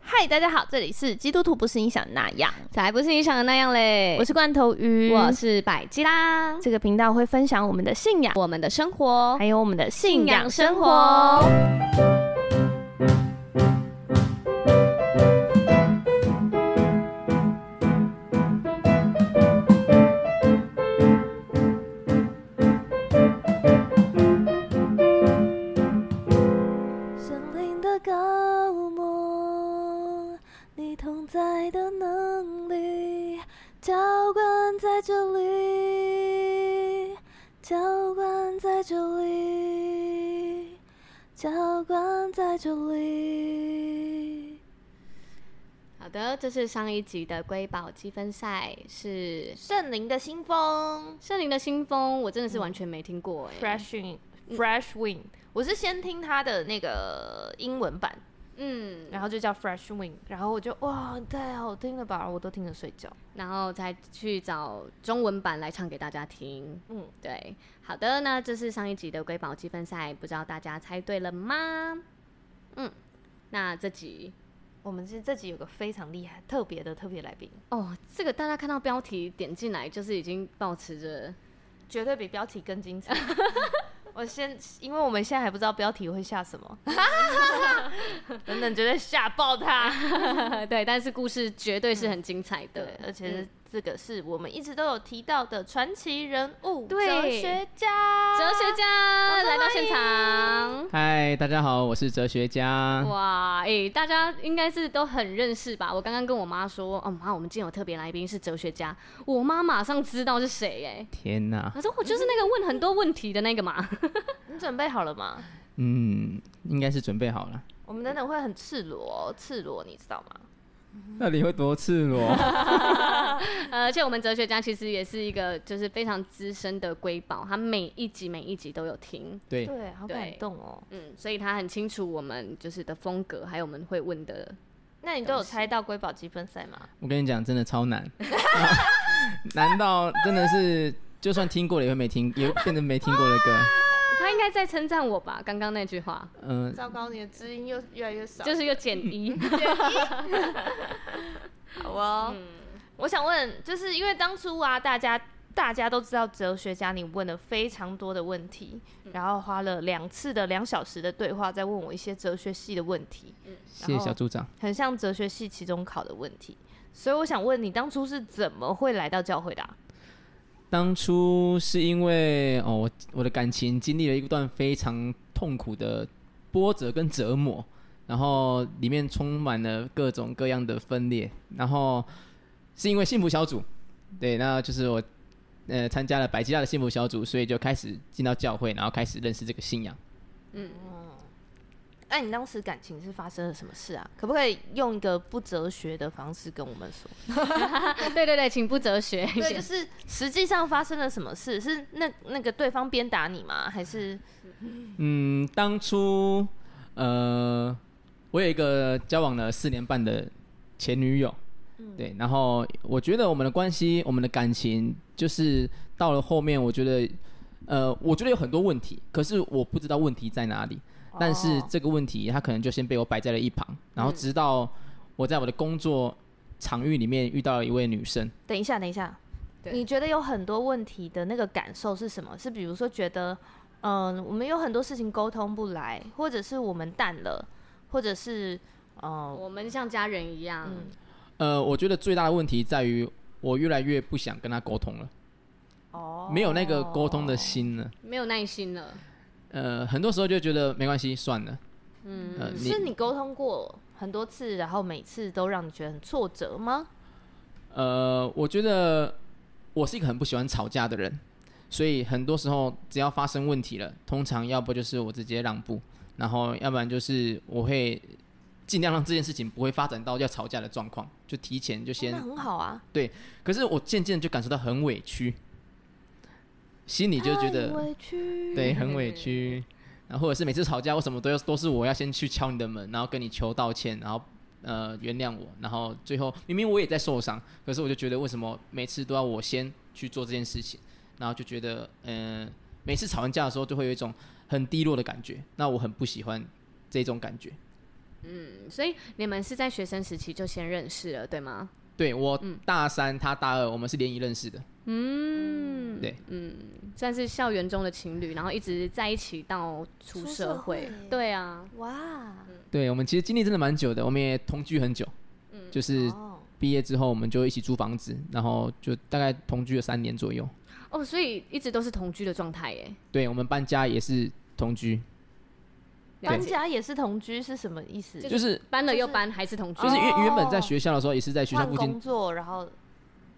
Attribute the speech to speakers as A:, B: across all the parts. A: 嗨，大家好，这里是基督徒不是你想的那样，
B: 才不是你想的那样嘞！
A: 我是罐头鱼，
B: 我是百吉啦，
A: 这个频道会分享我们的信仰，
B: 我们的生活
A: 还有我们的信
B: 信
A: 仰
B: 仰
A: 生
B: 生
A: 活。
C: 哦
B: 活。
C: 森林的高漠，你同在的能力浇灌在这里，浇灌在这里，浇灌在这里。
B: 好的，这是上一集的瑰宝积分赛，是
A: 圣灵的新风
B: 圣灵的新风，我真的是完全没听过哎、
A: ，Fresh Wind。Fresh Wind，我是先听他的那个英文版，
B: 嗯，
A: 然后就叫 Fresh Wind，然后我就哇，太好听了吧，我都听着睡觉。
B: 然后再去找中文版来唱给大家听。
A: 嗯
B: 嗯，对，好的，那这是上一集的瑰宝积分赛，不知道大家猜对了吗？嗯，那这集
A: 我们是这集有个非常厉害、特别的特别来宾，
B: 哦，这个大家看到标题点进来就是已经保持着
A: 绝对比标题更精彩。 我先，因为我们现在还不知道标题会下什 么，等等绝对吓爆他。
B: 对，但是故事绝对是很精彩的。 嗯
A: 对，而且这个是我们一直都有提到的传奇人物，
B: 对
A: 哲学家，
B: 哲学家来到现场，
D: 嗨，大家好，我是哲学
A: 嗯
D: 家。
B: 哇，诶、大家应该是都很认识吧？我刚刚跟我妈说，哦妈，我们今天有特别来宾是哲学家，我妈马上知道是谁、诶，
D: 天哪，
B: 她说我就是那个问很多问题的那个嘛。
A: 你准备好了吗？
D: 嗯，应该是准备好了。
A: 我们等等会很赤裸哦，赤裸，你知道吗？
D: 到底会多赤裸？
B: 呃而且我们哲学家其实也是一个就是非常资深的瑰宝，他每一集每一集都有听，
D: 对，
A: 对，好感
B: 对
A: 动哦。
B: 嗯，所以他很清楚我们就是的风格，还有我们会问的
A: 那你都有猜到瑰宝积分赛吗？
D: 我跟你讲，真的超难。 难道真的是就算听过了也会没听，也会变成没听过的歌？
B: 他应该在称赞我吧？刚刚那句话
D: 嗯、
A: 糟糕，你的知音又越来越少
B: 就是一个减 一，
A: 好哦。我想问，就是因为当初啊，大家大家都知道哲学家，你问了非常多的问题，然后花了两次的两小时的对话，在问我一些哲学系的问题，
D: 谢谢小组长。
A: 很像哲学系期中考的问题。所以我想问你，当初是怎么会来到教会的啊、
D: 当初是因为哦，我我的感情经历了一段非常痛苦的波折跟折磨，然后里面充满了各种各样的分裂，然后是因为幸福小组，对，那就是我呃参加了百吉亚的幸福小组，所以就开始进到教会，然后开始认识这个信仰。
A: 哎那、你当时感情是发生了什么事啊？可不可以用一个不哲学的方式跟我们说？
B: 对对对，请不哲学。
A: 对，就是实际上发生了什么事？是那那个对方鞭打你吗？还是
D: 嗯，当初呃，我有一个交往了四年半的前女友，对，然后我觉得我们的关系，我们的感情，就是到了后面，我觉得，呃，我觉得有很多问题，可是我不知道问题在哪里。但是
A: 哦
D: 这个问题，它可能就先被我摆在了一旁，然后直到我在我的工作场域里面遇到了一位女生，
A: 等一下，等一下，
B: 对
A: 你觉得有很多问题的那个感受是什么？是比如说觉得，嗯、我们有很多事情沟通不来，或者是我们淡了，或者是，嗯、
B: 我们像家人一样，
A: 嗯
D: 呃，我觉得最大的问题在于我越来越不想跟她沟通了，
A: 哦
D: 没有那个沟通的心了。
B: 没有耐心了。
D: 呃，很多时候就觉得没关系，算了。嗯，呃、
A: 是你沟通过很多次，然后每次都让你觉得很挫折吗？
D: 呃，我觉得我是一个很不喜欢吵架的人，所以很多时候只要发生问题了，通常要不就是我直接让步，然后要不然就是我会尽量让这件事情不会发展到要吵架的状况，就提前就先
A: 那。很好啊，
D: 可是我渐渐就感受到很委屈，心里就觉
A: 太
D: 得
A: 委屈，
D: 对很委屈。然后或者是每次吵架，为什么都要都是我要先去敲你的门，然后跟你求道歉，然后呃原谅我，然后最后明明我也在受伤，可是我就觉得为什么每次都要我先去做这件事情，然后就觉得嗯、呃每次吵完架的时候就会有一种很低落的感觉，那我很不喜欢这种感觉。
B: 嗯，所以你们是在学生时期就先认识了，对吗？
D: 对我
B: 嗯
D: 大三，他大二，我们是联谊认识的。
B: 嗯，
D: 对，
B: 嗯，算是校园中的情侣，然后一直在一起到出
C: 出
B: 社
C: 社
B: 会
C: 会，
B: 对啊，
C: 哇，
D: 对我们其实经历真的蛮久的，我们也同居很久，就是
A: 哦，
D: 毕业之后我们就一起租房子，然后就大概同居了三年左右。
B: 哦，所以一直都是同居的状态耶。
D: 对我们搬家也是同居，
B: 了
A: 搬
B: 解
A: 家也是同居是什么意思？
B: 就是
D: 就是
B: 搬了
A: 就
B: 又
A: 是
B: 搬，还是同居，
D: 就是
A: 哦
D: 原原本在学校的时候也是在学校
A: 换
D: 附近
A: 工，作，然后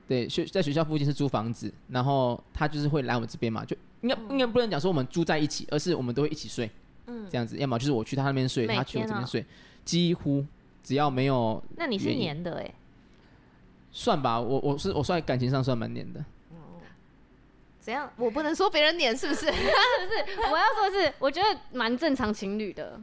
D: 对学在学校附近是租房子，然后他就是会来我们这边嘛，就应该应该不能讲说我们住在一起，而是我们都会一起睡
A: 嗯，
D: 这样子，要么就是我去他那边睡，
A: 每
D: 他去我
A: 天
D: 这边
A: 啊
D: 睡，几乎只要没有
A: 那你是
D: 原因
A: 黏的哎，
D: 算吧，我我是我算感情上算蛮黏的，
A: 怎样？我不能说别人黏是不是？
B: 我要说的是，我觉得蛮正常情侣的，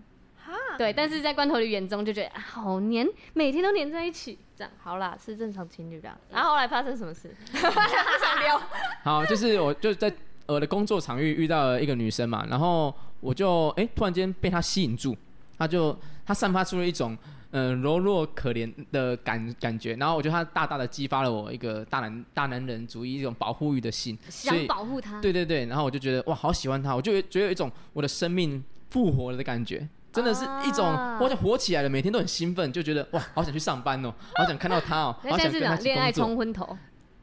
B: 对，但是在罐头的眼中就觉得、啊、好黏，每天都黏在一起，这样。
A: 好啦，是正常情侣啊啦。 然后后来发生什么事？想聊。
D: 好，就是我就在我的工作场域遇到了一个女生嘛，然后我就哎、诶突然间被她吸引住，她就她散发出了一种嗯、呃柔弱可怜的感感觉，然后我觉得她大大的激发了我一个大男大男人主义一种保护欲的心，所
B: 想
D: 以
B: 保护他，
D: 对对对，然后我就觉得哇好喜欢她，我就有觉得有一种我的生命复活了的感觉。真的是一种，
B: 啊
D: 我想活起来了，每天都很兴奋，就觉得哇，好想去上班哦，好想看到她哦，
B: 那
D: 好
B: 现在是
D: 想跟她
B: 哪
D: 一起
B: 恋爱
D: 工作。
B: 冲昏头？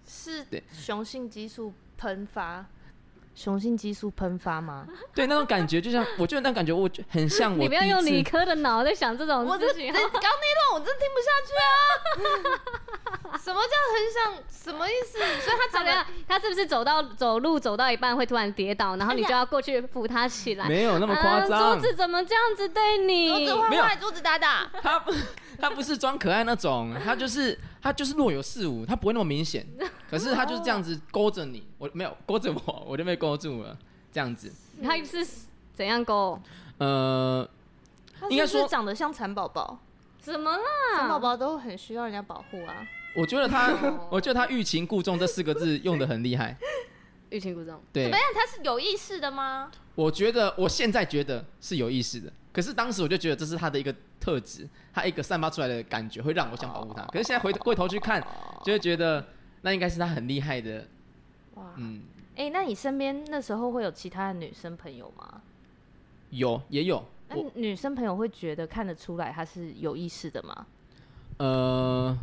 A: 是
D: 对
A: 雄性激素喷发，雄性激素喷发吗？
D: 对，那种感觉就像，我觉得那种感觉，我就很像我
B: 你不要
D: 第一
B: 用
D: 次
B: 理科的脑在想这种
A: 我这
B: 事
A: 这
B: 情
A: 刚。那段我真听不下去啊！ 什么叫很想？什么意思？所以他
B: 他
A: 长
B: 怎
A: 得
B: 样？他是不是走到走路走到一半会突然跌倒，然后你就要过去扶他起来？
D: 没有那么夸
B: 啊桌，
D: 张
B: 子怎么这样子对
A: 桌
B: 你？
A: 子坏
D: 没有
A: 坏，桌子打打，
D: 他不他不是装可爱那种，他就是他就是若有似无，他不会那么明 显，可是他就是这样子勾着你，我没有勾着我，我就被勾住了，这样子，
B: 他是怎样勾？
D: 呃，
A: 他
D: 应该
A: 是不是
D: 说
A: 长得像蚕宝宝，
B: 怎么
A: 蚕宝
B: 啦？
A: 宝都很需要人家保护啊。
D: 我觉得他，
B: 哦
D: 我觉得他欲擒故纵这四个字用的很厉害，
B: 欲擒故纵。
A: 怎
D: 对
A: 么，样？哎他是有意识的吗？
D: 我觉得我现在觉得是有意识的，可是当时我就觉得这是他的一个特质，他一个散发出来的感觉会让我想保
A: 哦
D: 护他。可是现在回过头去看，就会觉得那应该是他很厉害的，
A: 哇，
D: 嗯，
A: 哎、那你身边那时候会有其他的女生朋友吗？
D: 有也有，
A: 那
D: 我
A: 女生朋友会觉得看得出来他是有意识的吗？
D: 呃，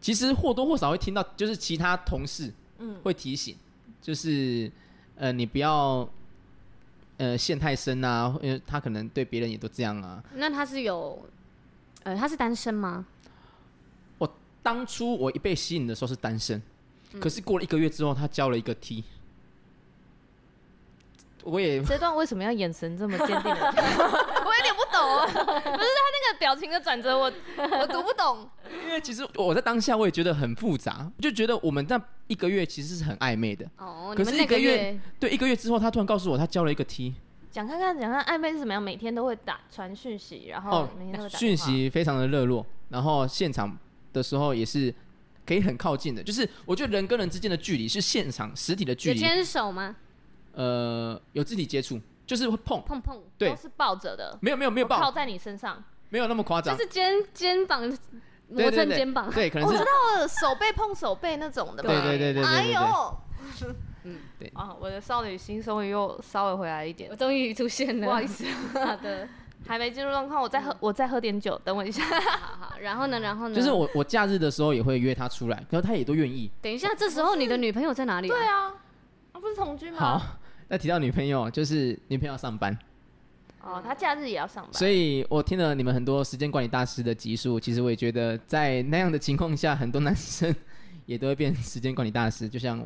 D: 其实或多或少会听到，就是其他同事
A: 嗯，
D: 会提醒，就是呃你不要呃陷太深啊，因为他可能对别人也都这样啊。
B: 那他是有，呃，他是单身吗？
D: 当初我一被吸引的时候是单身，
B: 嗯
D: 可是过了一个月之后，他交了一个 T，我 也
A: 这段为什么要眼神这么坚定的？我有点不懂啊，不是他那个表情的转折，我我读不懂。
D: 因为其实我在当下我也觉得很复杂，就觉得我们那一个月其实是很暧昧的，
B: 哦，你
D: 可是
B: 们
D: 一
B: 那
D: 个月
B: 月
D: 对，一个月之后他突然告诉我他交了一个 T，
A: 讲看看，讲看暧昧是怎么样？每天都会打传讯息，然后
D: 哦
A: 每天都会，打电话
D: 讯。息非常的热络，然后现场的时候也是可以很靠近的，就是我觉得人跟人之间的距离是现场实体的距
B: 有
D: 离，
B: 牵手吗？
D: 呃，有肢体接触，就是会碰，
B: 碰碰，
D: 对
A: 都是抱着的，
D: 没有没有没有
A: 我靠
D: 抱，
A: 在你身上，
D: 没有那么夸
B: 就
D: 张，
B: 是肩肩膀
D: 对
B: 磨
D: 对
B: 蹭
D: 对
B: 肩膀。
D: 对，可能
A: 哦我
D: 是
A: 知道了，手背碰手背那种的嘛。
D: 对对对对对
A: 哎
D: 对
A: 呦
D: 对，
B: 嗯，
D: 对
A: 啊，我的少女心终于又稍微回来一点
B: 我，终于出现了，
A: 不好意思，
B: 好的，
A: 还没进入状况，我再
D: 嗯
A: 喝，我再喝点酒，等我一下。
B: 好好。然后呢，然后呢？
D: 就是我我假日的时候也会约他出来，然后他也都愿意。
B: 等一下，这时候你的女朋友在哪里、啊？
A: 对啊，啊不是同居吗？
D: 好，那提到女朋友，就是女朋友要上班，
A: 哦，他假日也要上班，
D: 所以我听了你们很多时间管理大师的集数，其实我也觉得在那样的情况下，很多男生 也都会变时间管理大师，就像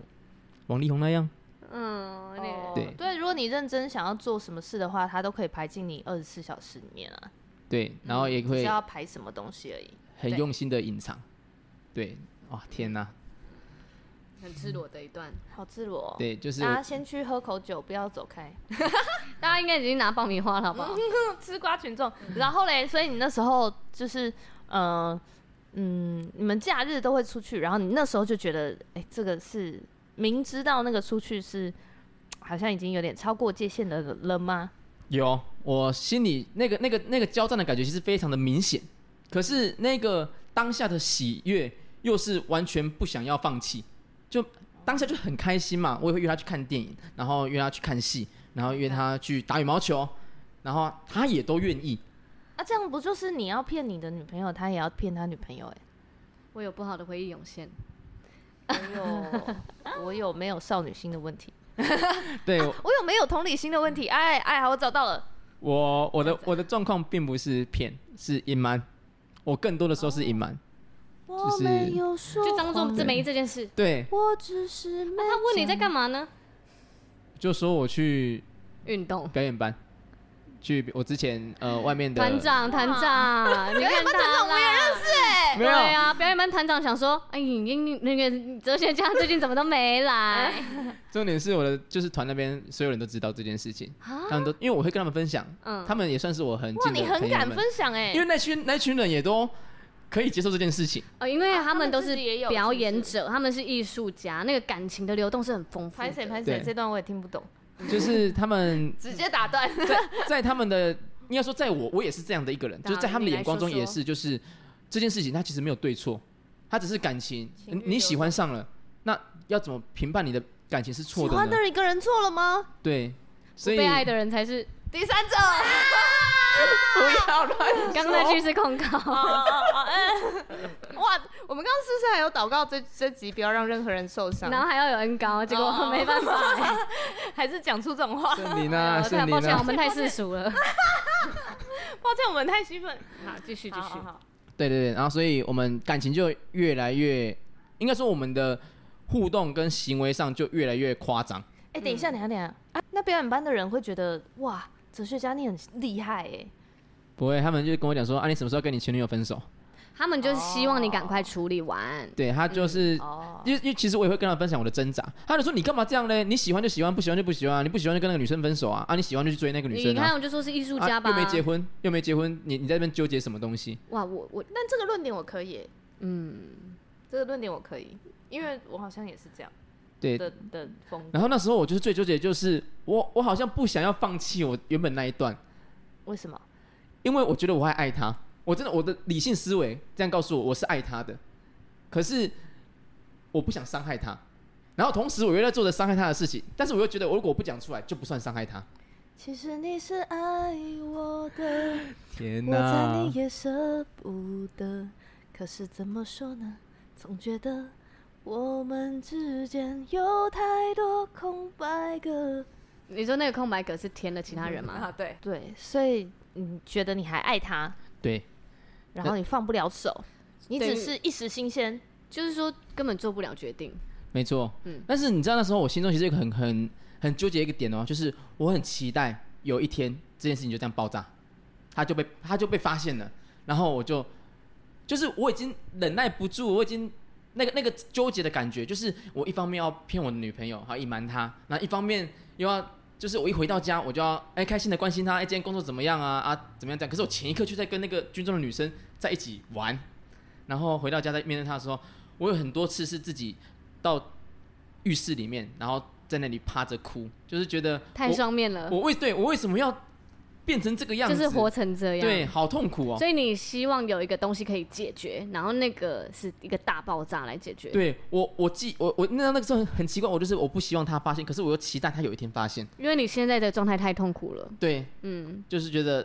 D: 王力宏那样。
B: 嗯，那个
A: 哦
D: 对
A: 对，如果你认真想要做什么事的话，它都可以排进你二十四小时里面啊，
D: 对，然后也
A: 只是
D: 会
A: 要排什么东西而已。
D: 很用心的隐藏。对，哇，天哪！
B: 很赤裸的一段，
A: 好赤裸、哦，
D: 对，就是
A: 大家
D: 我
A: 先去喝口酒，不要走开。
B: 大家应该已经拿爆米花了，好不好？
A: 吃瓜群众，嗯然后嘞，所以你那时候就是，呃，嗯，你们假日都会出去，然后你那时候就觉得，哎、这个是明知道那个出去是好像已经有点超过界限的了吗？
D: 有，我心里那个那个那个交战的感觉其实非常的明显，可是那个当下的喜悦又是完全不想要放弃，就当下就很开心嘛。我也会约他去看电影，然后约他去看戏，然后约他去打羽毛球，然后他也都愿意。
A: 啊，这样不就是你要骗你的女朋友，他也要骗他女朋友、
B: 我有不好的回忆涌现。
A: 哎，我有我有没有少女心的问题，
D: 对
A: 我有没有同理心的问题，哎哎，好，我找到了，
D: 我我的我的状况并不是骗，是隐瞒，我更多的时候是隐瞒。
C: 我
D: 是
C: 没有说
B: 就当做
C: 谎
B: 这没这件事。
A: 嗯
D: 对，
C: 我只是没、
B: 那他问你在干嘛呢？
D: 就说我去
B: 运动。
D: 表演班，去我之前呃外面的
B: 团长，团
A: 啊
B: 长，你看他啦。我也认识。
D: 没
B: 对
D: 有
B: 啊，表演班团长想说，哎，你你那个哲学家最近怎么都没来？
A: 哎
D: 重点是我的就是团那边所有人都知道这件事情，他们都因为我会跟他们分享，
B: 啊嗯
D: 他们也算是我很
A: 哇，
D: 近
A: 你
D: 的朋友
A: 很
D: 们
A: 敢分享哎、
D: 因为那群那群人也都可以接受这件 事情，
B: 哦，因为
A: 啊
B: 他
A: 他
B: 们
A: 们
B: 都
A: 自
B: 是
A: 己也有
B: 表
A: 是不
B: 演
A: 是
B: 者，他们是艺术家，那个感情的流动是很丰富
A: 拍谁
B: 的。
A: 拍谁
D: 对，
A: 这段我也听不懂，
D: 就是他们
A: 直接打断。
D: 在他们的应该说，在我我也是这样的一个人，
B: 当然
D: 就是在他们的眼光中
B: 你来
D: 也
B: 说
D: 是，就是这件事情它其实没有对错，它只是感情，
A: 情欲
D: 你
A: 流
D: 你喜欢上了，那要怎么评判你的感情是错
A: 喜
D: 的
A: 欢
D: 呢
A: 的？一个人错了吗？
D: 对，所以
B: 被爱的人才是，
A: 第三者。
D: 不要乱，
B: 刚刚那句是控
A: 哦
B: 告。
A: 哇，我们刚刚是不是还有祷告这这集不要让任何人受伤？
B: 然后还要有恩高，结果
A: 哦
B: 没办法欸、
A: 还是讲出这种话？
D: 圣灵
B: 哎
D: 啊，
B: 呦太
D: 圣灵
B: 抱 歉，我
D: 啊，
B: 们太世俗了。
A: 抱歉，我们太兴奋。
B: 好，继续继
A: 好
B: 续
A: 好。好，
D: 对对对，然后所以我们感情就越来越，应该说我们的互动跟行为上就越来越夸张。
A: 哎、等一下，等一下，等一下。啊，那表演班的人会觉得哇，哲学家你很厉害哎、
D: 不会，他们就跟我讲说，啊，你什么时候跟你前女友分手？
B: 他们就是希望你赶快处理完。
D: 对他就是，
B: 嗯
A: 哦，
D: 因为因为其实我也会跟他分享我的挣扎。他就说你干嘛这样嘞？你喜欢就喜欢，不喜欢就不喜欢啊，你不喜欢就跟那个女生分手啊，啊，你喜欢就去追那个女
B: 你
D: 生
B: 看，
D: 啊。
B: 我就说是艺术
D: 啊
B: 家吧。
D: 又没结婚，又没结婚，你你在那边纠结什么东西？
B: 哇，我我
A: 但这个论点我可以、欸，
B: 嗯，
A: 这个论点我可以，因为我好像也是这样
D: 对，
A: 的的风格。
D: 然后那时候我就是最纠结，就是我我好像不想要放弃我原本那一段，
A: 为什么？
D: 因为我觉得我还爱他，我真的我的理性思维这样告诉我，我是爱他的，可是我不想伤害他，然后同时我又在做着伤害他的事情，但是我又觉得我如果不讲出来就不算伤害他。
C: 其实你是爱我的，
D: 天
C: 我猜你也舍不得。可是怎么说呢？总觉得我们之间有太多空白格。
B: 你说那个空白格是填了其他人吗？
A: 啊，对对，所以你觉得你还爱他，
D: 对
A: 然后你放不了手，你
B: 对
A: 只是一时新鲜。
B: 就是说根本做不了决定。
D: 没错，
B: 嗯
D: 但是你知道那时候我心中其实有一个很很很纠结一个点哦，就是我很期待有一天这件事情就这样爆炸，他就被他就被发现了，然后我就就是我已经忍耐不住，我已经那个那个纠结的感觉，就是我一方面要骗我的女朋友，还要隐瞒她，然后一方面又要。就是我一回到家，我就要哎、开心的关心她，哎、今天工作怎么样啊啊怎么样这样？可是我前一刻就哎在跟那个军中的女生在一起玩，然后回到家在面对她的时候，我有很多次是自己到浴室里面，然后在那里趴着哭，就是觉得
B: 太
D: 我
B: 双面了，
D: 我为对我为什么要变成这个样
B: 就
D: 子？
B: 是活成这样。
D: 对，好痛苦哦。
B: 所以你希望有一个东西可以解决，然后那个是一个大爆炸来解决。，
D: 对我，我记我我那那个时候很奇怪，我就是我不希望他发现，可是我又期待他有一天发现。
B: 因为你现在的状态太痛苦了。
D: 对，
B: 嗯，
D: 就是觉得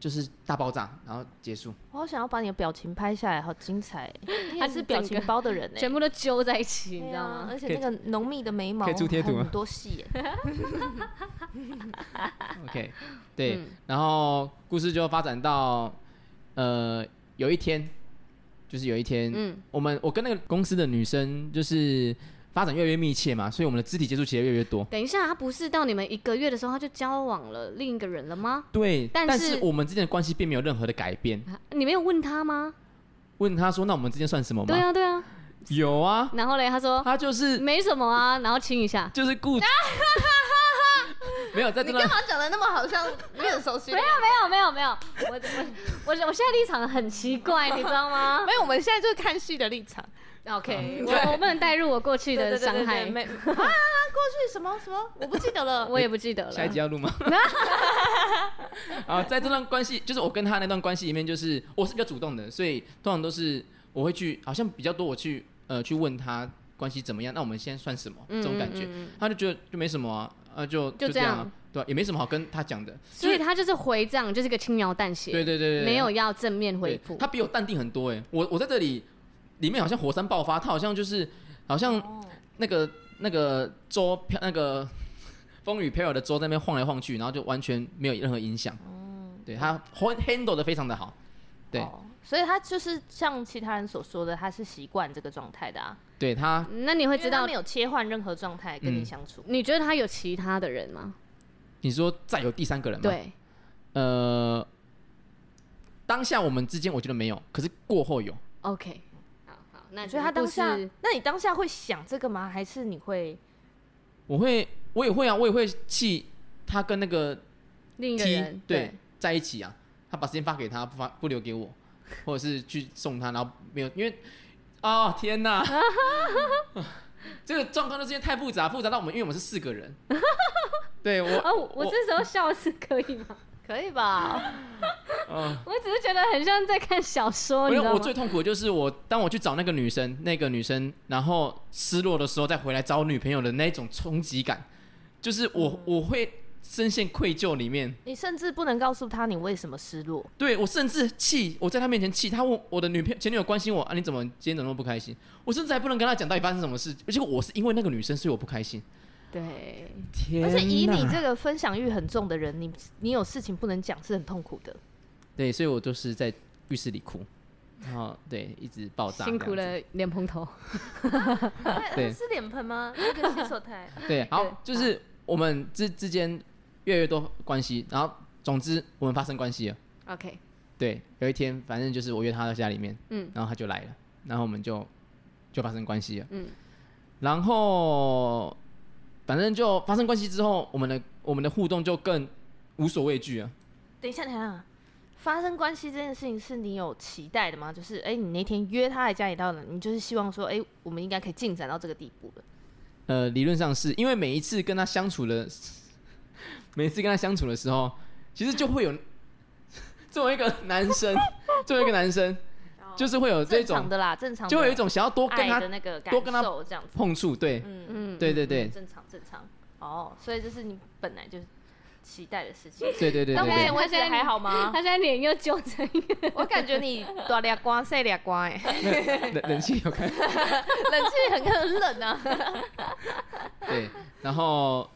D: 就是大爆炸，然后 结束。
A: 我好想要把你的表情拍下来，好精彩欸！你
B: 啊
A: 也是
B: 整
A: 表情
B: 个
A: 包的人呢、欸
B: 全部都揪在一起，你
A: 对
B: 知道
A: 啊，
B: 吗？
A: 而且
D: 可以
A: 那个浓密的眉毛，
D: 可以出贴图吗
A: 很多戏欸
D: OK，对，
B: 嗯
D: 然后故事就发展到呃有一天，就是有一天，
B: 嗯，
D: 我们我跟那个公司的女生就是发展越来越密切嘛，所以我们的肢体接触其实越来越多。
B: 等一下，他不是到你们一个月的时候他就交往了另一个人了吗？
D: 对，
B: 但
D: 是
B: 是
D: 我们之间的关系并没有任何的改变。
B: 啊你没有问他吗？
D: 问他说：“那我们之间算什么吗？”
B: 对啊，对啊。
D: 有啊，
B: 然后嘞，他说
D: 他就是
B: 没什么啊，然后亲一下。
D: 就是顾，没有在这
A: 你
D: 段
A: 干嘛讲的那么好像你很熟悉的
B: 没？有，没有，没有，没有。我我我我现在立场很奇怪，你知道吗？
A: 没有，我们现在就是看戏的立场。
B: 啊 OK，我 我不能带入我过去
A: 对对
B: 的
A: 对
B: 伤
A: 对
B: 害
A: 对，没啊，过去什么什么，我不记得了。
B: 我也不记得
D: 下一
B: 了
D: 集。要录吗？ 啊，在这段关系，就是我跟他那段关系里面，就是我是比较主动的，所以通常都是我会去，好像比较多我去呃去问他关系怎么样，那我们现在算什么这种感
B: 嗯
D: 觉，他就觉得就没什么啊，啊就
B: 就这
D: 这样啊
B: 样，
D: 对啊、也没什么好跟他讲的，
B: 所以他就是回这样，就是个轻描淡写，
D: 对对对对，对
B: 没有要正面
D: 对
B: 回复。
D: 他比我淡定很多哎、我我在这里里面好像火山爆发，他好像就是好像
A: 哦
D: 那个、那个周飘那个 风雨飘摇的周在那边晃来晃去，然后就完全没有任何影响。对他 hand- handle 的非常的好， 对
A: 哦，所以他就是像其他人所说的，他是习惯这个状态的啊，
D: 对他
B: 那你会
A: 会
B: 知
A: 知道
B: 道
A: 没？有切换任何状态跟你
D: 嗯
A: 相处。
B: 你觉得他有其他的人吗？
D: 你说再有第三个人吗？，
B: 对，
D: 呃，当下我们之间我觉得没有，可是过后有，
B: OK，好好，那
A: 所以他当下
B: 你的故事，
A: 那你当下会想这个吗？还是你会
D: 我会我也会啊，我也会气他跟那个
B: 另一个
D: T
B: 人
D: 对在一起啊，他把时间发给他，不发不留 给我，或者是去送他，然后没有，因为哦天哪，这个状况就是因为太复杂，复杂到我们因为我们是四 个人，对我
B: 哦，我
D: 我
B: 这时候笑是可以 吗？
A: 可以吧？
D: 嗯，
B: 我只是觉得很像在看小说，哦你
D: 因
B: 知
D: 为
B: 道
D: 我
B: 吗
D: 最？痛苦的就是我当我去找那个女生，那个女生然后失落的时候再回来找女朋友的那种冲击感，就是
B: 嗯
D: 我我会深陷愧疚里面。
A: 你甚至不能告诉他你为什么失落。
D: 对我甚至气，我在他面前气，他问我的女朋友前女友关心我啊，你怎么今天怎么那么不开心？我甚至还不能跟他讲到底发生什么事，而且我是因为那个女生，所以我不 开心。
B: 对，
D: 天
A: 而且以你这个分享欲很重的人，你你有事情不能讲是很痛苦 的。
D: 对，所以我就是在浴室里哭，然后对一直爆炸，
B: 辛苦。了脸盆头，
D: 对
A: 哎是脸盆吗？那个洗手台。
D: 对，好，就是我们之之间越来越多关系，然后总之我们发生关系了。
B: OK，
D: 对，有一天反正就是我约他到家里面，
B: 嗯
D: 然后他就来了，然后我们就就发生关系了，
B: 嗯
D: 然后反正就发生关系之后，我们的我们的互动就更无所畏惧啊。
A: 等一下，等一下，发生关系这件事情是你有期待的吗？就是哎、你那天约他来家里到了，你就是希望说，哎、我们应该可以进展到这个地步了。
D: 呃，理论上是因为每一次跟他相处的，每一次跟他相处的时候，其实就会有作为一个男生，作为一个男生，就是会有这
A: 正常
D: 种，
A: 的啦，正常的
D: 就会有一种想要多跟
A: 爱
D: 他
A: 的那个感
D: 多跟他
A: 受这样子。
D: 碰触，对，
A: 嗯
B: 嗯，
D: 对对对，
A: 正常正常。哦，所以这是你本来就期待的事情。
D: 对对对
A: 到目
D: 对
A: 前
D: 对，
A: 为止还好
B: 他
A: 吗？
B: 现在脸又揪成 一个，
A: 我感觉你大俩瓜晒俩瓜哎，
D: 冷冷气有开，
A: 冷气很很冷啊。
D: 对，然后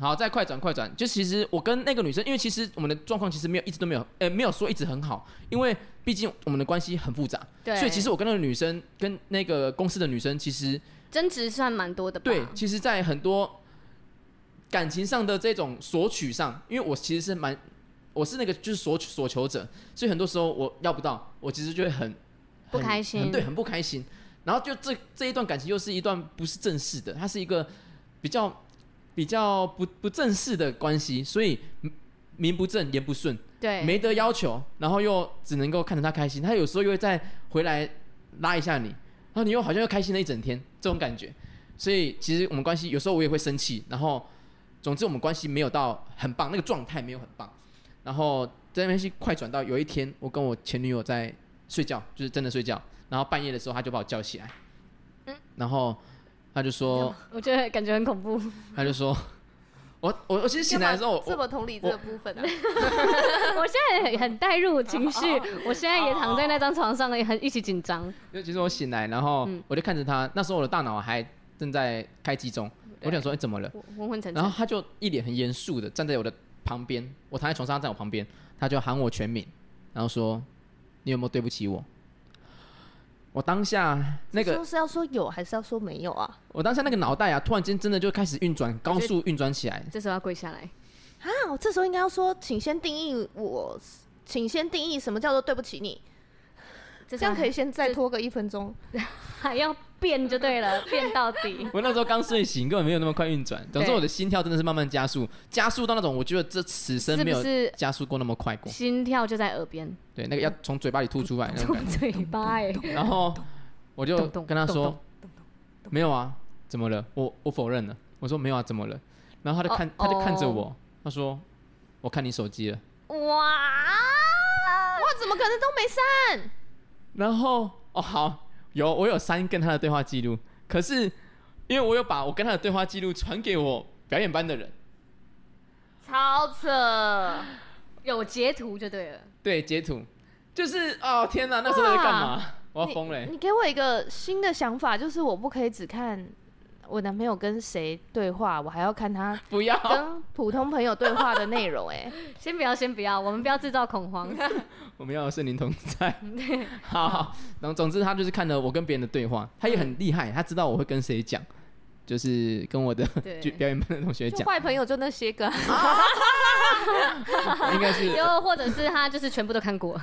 D: 好，再快转快转，就其实我跟那个女生，因为其实我们的状况其实没有一直都没有，呃，没有说一直很好，因为毕竟我们的关系很复杂，
B: 对
D: 所以其实我跟那个女生跟那个公司的女生，其实
B: 争执算蛮多的吧？
D: 对，其实，在很多感情上的这种索取上，因为我其实是蛮，我是那个就是索索求者，所以很多时候我要不到，我其实就会很
B: 不
D: 很
B: 开心
D: 很对，很不开心。然后就这这一段感情又是一段不是正式的，它是一个比较比较不不正式的关系，所以名不正言不顺，
B: 对，
D: 没得要求，然后又只能够看着他开心，他有时候又会再回来拉一下你，然后你又好像又开心了一整天，这种感觉。所以其实我们关系有时候我也会生气，然后总之我们关系没有到很棒，那个状态没有很棒。然后这边是快转到有一天，我跟我前女友在睡觉，就是真的睡觉，然后半夜的时候他就把我叫起来，然后他就说，
B: 我觉得感觉很恐怖。
D: 他就说，我我我其 实醒来的时候，我
A: 这么同理这个部分啊，
B: 我现在很很带入情绪，我现在也躺在那张床上，也很一起紧张。
D: 就其实我醒来，然后
B: 嗯
D: 我就看着他，那时候我的大脑还正在开机中，我想说，哎、怎么了？
B: 我哦昏昏沉
D: 然后
B: 沉，
D: 他就一脸很严肃的站在我的旁边，我躺在床上，他在我旁边，他就喊我全名，然后说：“你有没有对不起我？”我当下 那
A: 这时
D: 个
A: 候，是要说有还是要说没有啊？
D: 我当下那个脑袋啊，突然间真的就开始运转，高速运转起来。
B: 这时候要跪下来。
A: 啊，我这时候应该要说，请先定义我，请先定义什么叫做对不起你，
B: 这
A: 这样可
B: 以
A: 以先再拖个一分钟。
B: 还要变就对了， 变到 底。
D: 我那时候刚睡醒，根本没有那么快运转。总之，我的心跳真的是慢慢加速，加速到那种我觉得这此生没有
B: 是不是
D: 加速过那么快过。
B: 心跳就在耳边，
D: 对，那个要从嘴巴里吐出来那种感觉。
B: 从嘴巴哎、
D: 然后我就
B: 咚咚
D: 跟他
B: 咚
D: 说
B: 咚，
D: 没有啊，怎么了？我我否认了，我说没有啊，怎么了？然后他就看，他就看着
B: 哦
D: 我，他说，我看你手机了。
B: 哇，
A: 哇，怎么可能都没删？
D: 然后哦，好，有我有删跟他的对话记录，可是因为我有把我跟他的对话记录传给我表演班的人，
A: 超扯！
B: 有截图就对了。
D: 对，截图，就是哦，天哪，那时候在干嘛？我要
A: 你
D: 疯欸嘞！
A: 你给我一个新的想法，就是我不可以只看我男朋友跟谁对话，我还要看他
D: 不要，
A: 跟普通朋友对话的内容、哎，
B: 先不要，先不要，我们不要制造恐 慌。
D: 我们要有圣灵同在。好好，然后总之他就是看了我跟别人的对话，他也很厉害，他知道我会跟谁讲，就是跟我的
B: 对
D: 就 表演班的同学
A: 就
D: 讲，
A: 坏朋友就那些个啊、
D: 应该是
B: 又或者是他就是全部都看过，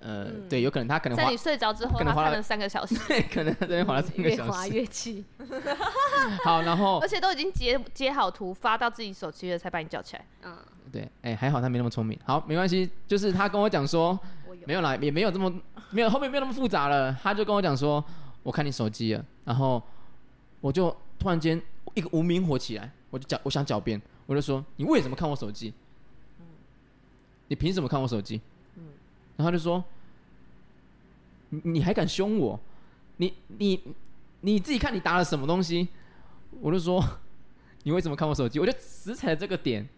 D: 呃，对，有可能他可能
A: 在
D: 花
A: 你，睡着之后，
D: 可
A: 他
D: 能花了
A: 看了三个小时，
D: 可能在那边滑了三个
B: 越
D: 小
B: 滑
D: 时。
B: 越气。
D: 好，然后
A: 而且都已经截截好图发到自己手机了，才把你叫起来。
B: 嗯，
D: 对，哎、还好他没那么聪明。好，没关系，就是他跟我讲说，
B: 我有
D: 没有啦，也没有这么没有后面没有那么复杂了。他就跟我讲说，我看你手机了，然后我就突然间一个无名火起来，我就狡我想狡辩，我就说你为什么看我手机？
B: 嗯
D: 你凭什么看我手机？然后他就说，你你还敢凶我？你你你自己看你打了什么东西？我就说 你为什么看我手机？我就死踩这个点，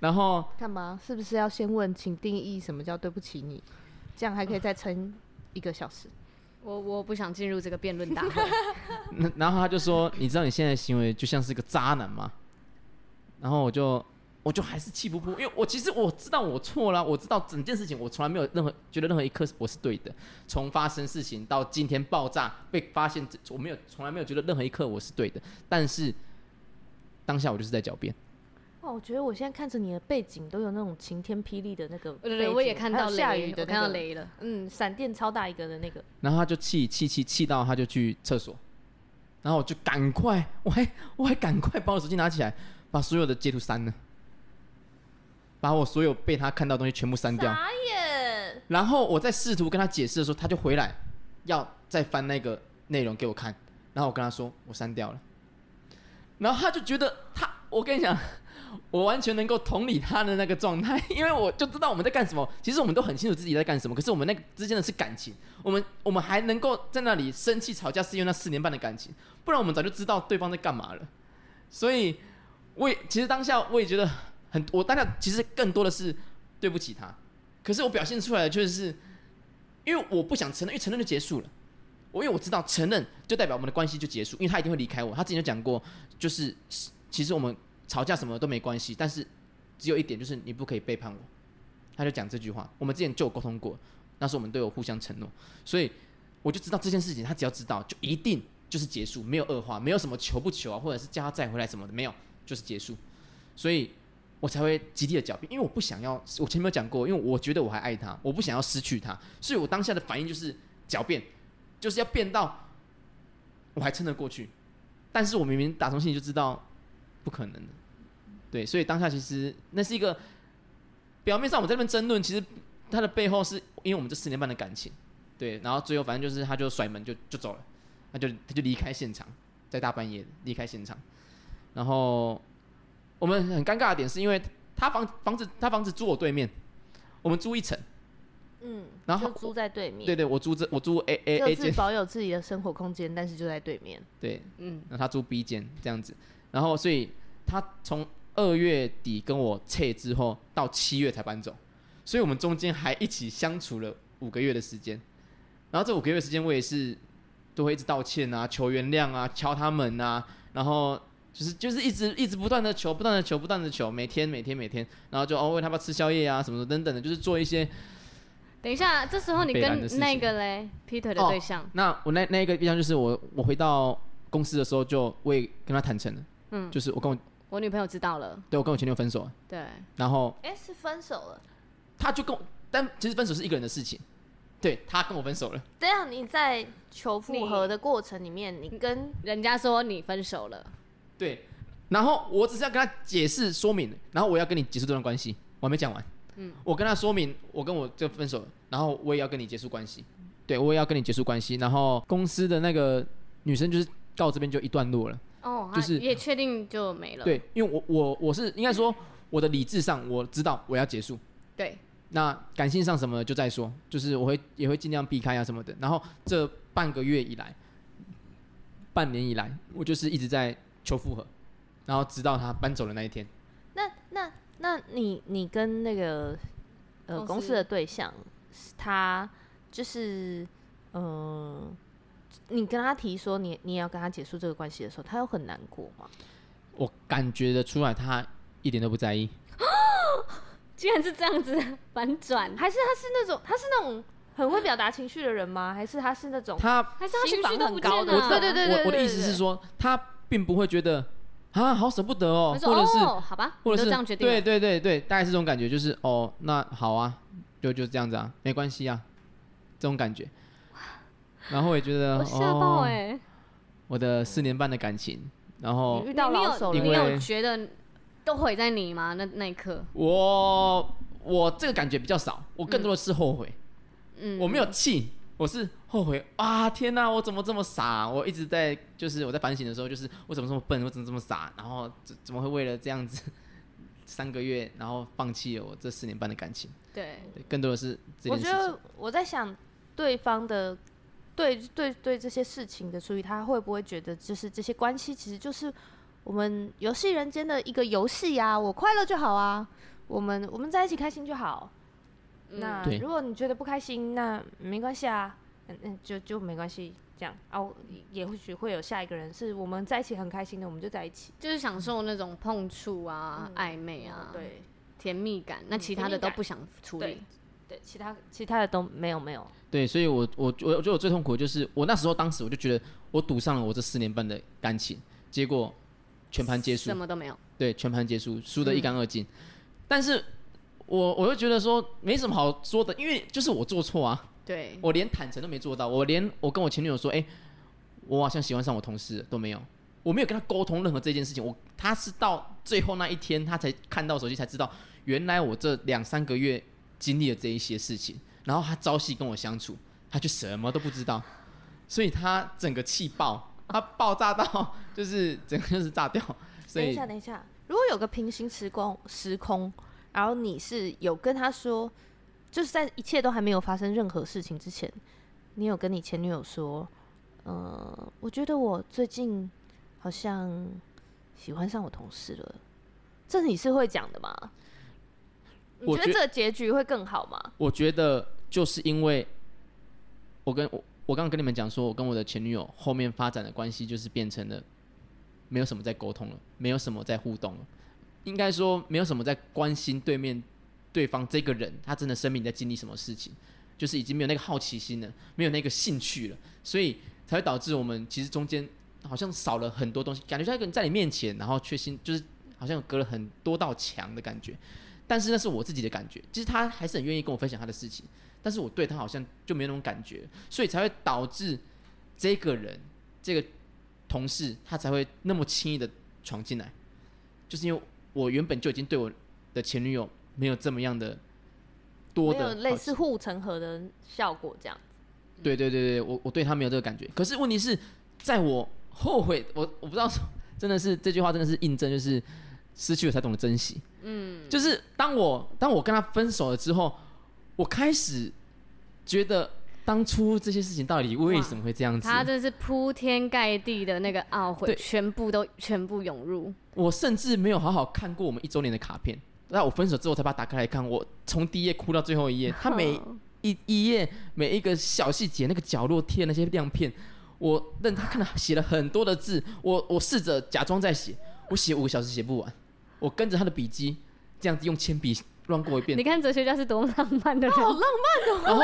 D: 然后
A: 干嘛？是不是要先问，请定义什么叫对不起你？这样还可以再撑一个小时。
B: 我我不想进入这个辩论大 会。
D: 那然后他就说：“你知道你现在的行为就像是个渣男吗？”然后我就我就还是气不破，因为我其实我知道我错了，我知道整件事情我从来没有任何觉得任何一刻我是对的，从发生事情到今天爆炸被发现，我没有从来没有觉得任何一刻我是对的，但是当下我就是在狡辩。
A: 哇，我觉得我现在看着你的背景都有那种晴天霹雳的那个背
B: 对
A: 景，
B: 对对，我也看
A: 还有
B: 到雷，
A: 下雨的、
B: 我看到，雷了。
A: 嗯，闪电超大一个的那个。
D: 然后他就气气气气到他就去厕所，然后我就赶快，我还我还赶快把我手机拿起来，把所有的截图删了，把我所有被他看到的东西全部删掉。
A: 傻眼！
D: 然后我在试图跟他解释的时候，他就回来要再翻那个内容给我看，然后我跟他说我删掉了，然后他就觉得他，我跟你讲， 我完全能够同理他的那个状态， 因为我就知道我们在干什么。其实我们都很清楚自己在干什么，可是我们那个之间的是感情，我们我们还能够在那里生气吵架，是因为那四年半的感情，不然我们早就知道对方在干嘛了。所以，我也其实当下我也觉得很，我当下其实更多的是对不起他，可是我表现出来的就是，因为我不想承认，因为承认就结束了。我因为我知道承认就代表我们的关系就结束，因为他一定会离开我。他之前就讲过，就是其实我们吵架什么都没关系，但是只有一点就是你不可以背叛我。他就讲这句话，我们之前就有沟通过，那时候我们都有互相承诺，所以我就知道这件事情，他只要知道就一定就是结束，没有恶化，没有什么求不求啊，或者是叫他再回来什么的，没有，就是结束。所以我才会极力的狡辩，因为我不想要，我前面有讲过，因为我觉得我还爱他，我不想要失去他，所以我当下的反应就是狡辩，就是要辩到我还撑得过去，但是我明明打从心里就知道不可能的，对，所以当下其实那是一个表面上我们在那边争论，其实它的背后是因为我们这四年半的感情，对，然后最后反正就是他就甩门就就走了，他就他就离开现场，在大半夜离开现场，然后我们很尴尬的点是因为他房房子他房子住我对面，我们租一层，
A: 嗯，
D: 然后
A: 就租在对面，
D: 对对，我租这我租 A A
A: 各
D: A
A: 自
D: 间，
A: 保有自己的生活空间，但是就在对面。
D: 对，
B: 嗯，
D: 然后他住 B 间这样子，然后所以他从二月底跟我撤之后到七月才搬走，所以我们中间还一起相处了五个月的时间，然后这五个月的时间我也是都会一直道歉啊、求原谅啊、敲他们啊，然后就是就是一直一直不断的求、不断的求、不断的求，每天每天每天，然后就哦问他要不要吃宵夜啊什么的等等的，就是做一些
B: 等一下，这时候你
D: 北兰的事
B: 跟
D: 情
B: 那个嘞劈腿的
D: 哦
B: 对象，
D: 那我那那一个印象就是我我回到公司的时候就我也跟他坦诚了，
B: 嗯
D: 就是我跟我
B: 我女朋友知道了，
D: 对我跟我前女友分手了，
B: 对，
D: 然后
A: 哎、是分手了？
D: 他就跟我，但其实分手是一个人的事情，对他跟我分手了，
A: 这样你在求复
B: 你
A: 合的过程里面，你跟
B: 人家说你分手了，
D: 对，然后我只是要跟他解释说明，然后我要跟你结束这段关系，我还没讲完，嗯，我跟他说明我跟我就分手了，然后我也要跟你结束关系，对我也要跟你结束关系。然后公司的那个女生就是到这边就一段落了。
B: 哦，
D: 就
B: 就是是也确定就没了。
D: 对，因为我我我是应该说我的理智上我知道我要结束，
B: 对
D: 那感性上什么的就再说，就是我会也会尽量避开啊什么的。然后这半个月以来，半年以来，我就是一直在求复合，然后直到他搬走的那一天。
A: 那那那你你跟那个呃
B: 公
A: 公司
B: 司
A: 的对象，是他就是嗯、你跟他提说你你也要跟他结束这个关系的时候，他有很难过吗？
D: 我感觉得出来，他一点都不在意。
B: 居然是这样子反转，
A: 还是他是那种他是那种很会表达情绪的人吗？还是他是那种
D: 他，
B: 还是他情
A: 心
B: 绪
A: 房
B: 都
A: 很
B: 不
A: 高
B: 见
A: 的？
B: 了？
A: 对对对对
D: 我我的意思
A: 对
D: 是
A: 对
D: 说，他并不会觉得啊，好舍不得
B: 他
D: 哦，
B: 说
D: 或者是、
B: 哦，好吧，
D: 或
B: 你都
D: 者是
B: 这样决定了
D: 对对对对，大概是这种感觉，就是哦，那好啊，就就这样子啊，没关系啊，这种感觉。然后我也觉得
B: 我吓到
D: 哦，
B: 哎、
D: 我的四年半的感情，然后
A: 你遇
B: 你
A: 到
B: 你
A: 老手
B: 有
A: 了
D: 因
B: 你
D: 为
B: 有觉得都毁在你吗？那那一刻，
D: 我我这个感觉比较少，我更多的是后悔，
B: 嗯，
D: 我没有气，我是后悔啊！天哪、我怎么这么傻？我一直在就是我在反省的时候，就是我怎么这么笨，我怎么这么傻？然后怎怎么会为了这样子 三个月，然后放弃了我这四年半的感情？
B: 对，
D: 对更多的是这
A: 我
D: 件事
A: 觉
D: 情。
A: 得我在想对方的对对对这些事情的处理，他会不会觉得就是这些关系其实就是我们游戏人间的一个游戏呀？我快乐就好啊，我们我们在一起开心就好。
B: 嗯
A: 那
D: 对
A: 如果你觉得不开心，那没关系啊，嗯嗯，就就没关系，这样啊，我也或许会有下一个人是我们在一起很开心的，我们就在一起。
B: 就是享受那种碰触啊、暧昧啊、，
A: 对
B: 甜蜜感。那其他
A: 甜
B: 的
A: 蜜
B: 都
A: 感
B: 不想处
A: 对
B: 理。
A: 对，其他其他的都没有没有。
D: 对，所以我我我我觉得我最痛苦的就是我那时候当时我就觉得我赌上了我这四年半的感情，结果全盘皆输
B: 什。么都没有，
D: 对，全盘结束，输得
A: 嗯
D: 一干二净。但是我我会觉得说没什么好说的，因为就是我做错啊，
A: 嗯
B: 对，
D: 我连坦诚都没做到，我连我跟我前女友说，哎、我好像喜欢上我同事了都没有，我没有跟她沟通任何这件事情，我她是到最后那一天她才看到手机才知道，原来我这两三个月经历了这一些事情，然后她朝夕跟我相处，她却什么都不知道，所以她整个气爆，她爆炸到 就是整个就是炸掉，所
A: 等一
D: 以
A: 下，等一下，如果有个平行时空时空，然后你是有跟他说，就是在一切都还没有发生任何事情之前，你有跟你前女友说，呃，我觉得我最近好像喜欢上我同事了，这你是会讲的吗？你
D: 我
A: 觉得
D: 觉
A: 这个结局会更好吗？
D: 我觉得就是因为我跟我我刚刚跟你们讲说，我跟我的前女友后面发展的关系就是变成了没有什么在沟通了，没有什么在互动了，应该说没有什么在关心对面对方这个人他真的生命在经历什么事情，就是已经没有那个好奇心了，没有那个兴趣了，所以才会导致我们其实中间好像少了很多东西，感觉像一个人在你面前，然后却心就是好像隔了很多道墙的感觉。但是那是我自己的感觉，其实他还是很愿意跟我分享他的事情，但是我对他好像就没有那种感觉，所以才会导致这个人这个同事他才会那么轻易的闯进来，就是因为我原本就已经对我的前女友没有这么样的多
A: 没有
D: 的
A: 类
D: 好
A: 似护城河的效果这样。
D: 对对对对，我我对他没有这个感觉。可是问题是，在我后悔，我我不知道说，真的是这句话真的是印证，就是失去了才懂得珍惜。嗯，就是当我当我跟他分手了之后，我开始觉得当初这些事情到底为什么会这样子？
B: 他真是铺天盖地的那个懊悔，
D: 对
B: 全部都全部涌入。
D: 我甚至没有好好看过我们一周年的卡片。那我分手之后才把它打开来看，我从第一页哭到最后一页，他每
B: 哼
D: 一一页每一个小细节，那个角落贴的那些亮片，我让他看了写了很多的字，我我试着假装在写，我写五个小时写不完，我跟着他的笔记这样子用铅笔乱过一遍
B: 你，看哲学家是多么浪漫的人，
D: 然后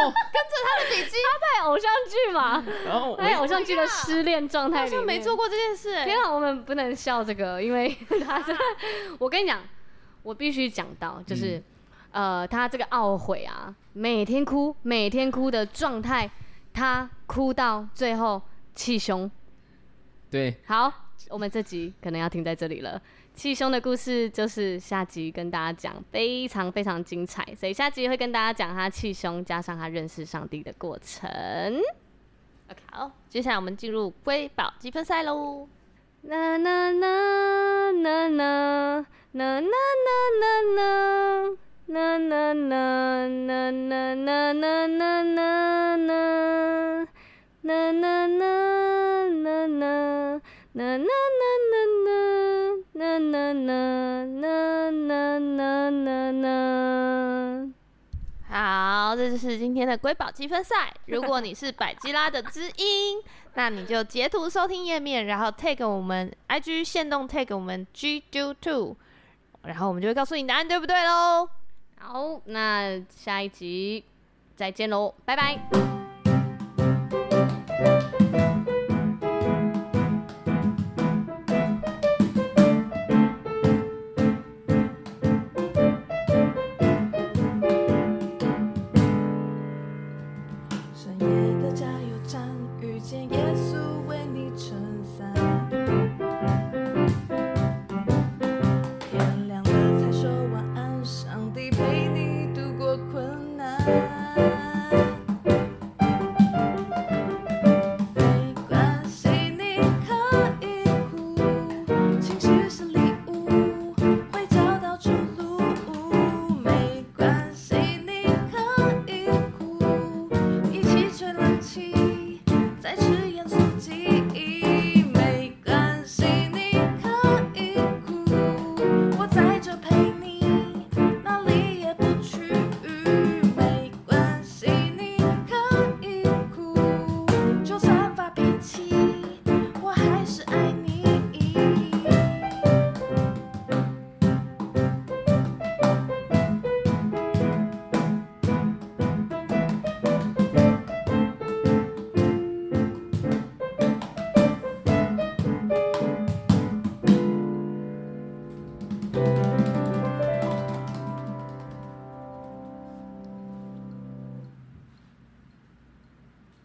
B: 在偶像剧嘛，
D: 然后我
B: 在偶像剧的失恋状态
A: 好
B: 里面，
A: 像没做过这件事、欸
B: 天，啊，我们不能笑这个，因为他是，我跟你讲，我必须讲到，就是、呃，他这个懊悔啊，每天哭，每天哭的状态，他哭到最后气胸。
D: 对
B: 好，我们这集可能要停在这里了。气胸的故事就是下集跟大家讲，非常非常精彩，所以下集会跟大家讲他气胸加上他认识上帝的过程。
A: 好，接下来我们进入瑰宝积分赛喽。
B: 啦啦啦啦啦啦啦啦啦啦啦啦啦啦啦啦啦啦啦。啦啦啦啦啦啦啦啦啦啦啦啦啦啦啦啦啦。
A: 好，这就是今天的瑰宝积分赛。如果你是百基拉的知音，那你就截图收听页面，然后 tag 我们 IG 限动 tag 我们 G Do Two，然后我们就会告诉你答案对不对喽。
B: 好，那下一集再见喽，拜拜。
C: 深夜的加油站，遇见耶稣为你撑伞。天亮了才说晚安，上帝陪你度过困难。没关系，你可以哭，情绪是礼物，会找到出路。没关系，你可以哭，一起吹冷气，再吃盐酥鸡。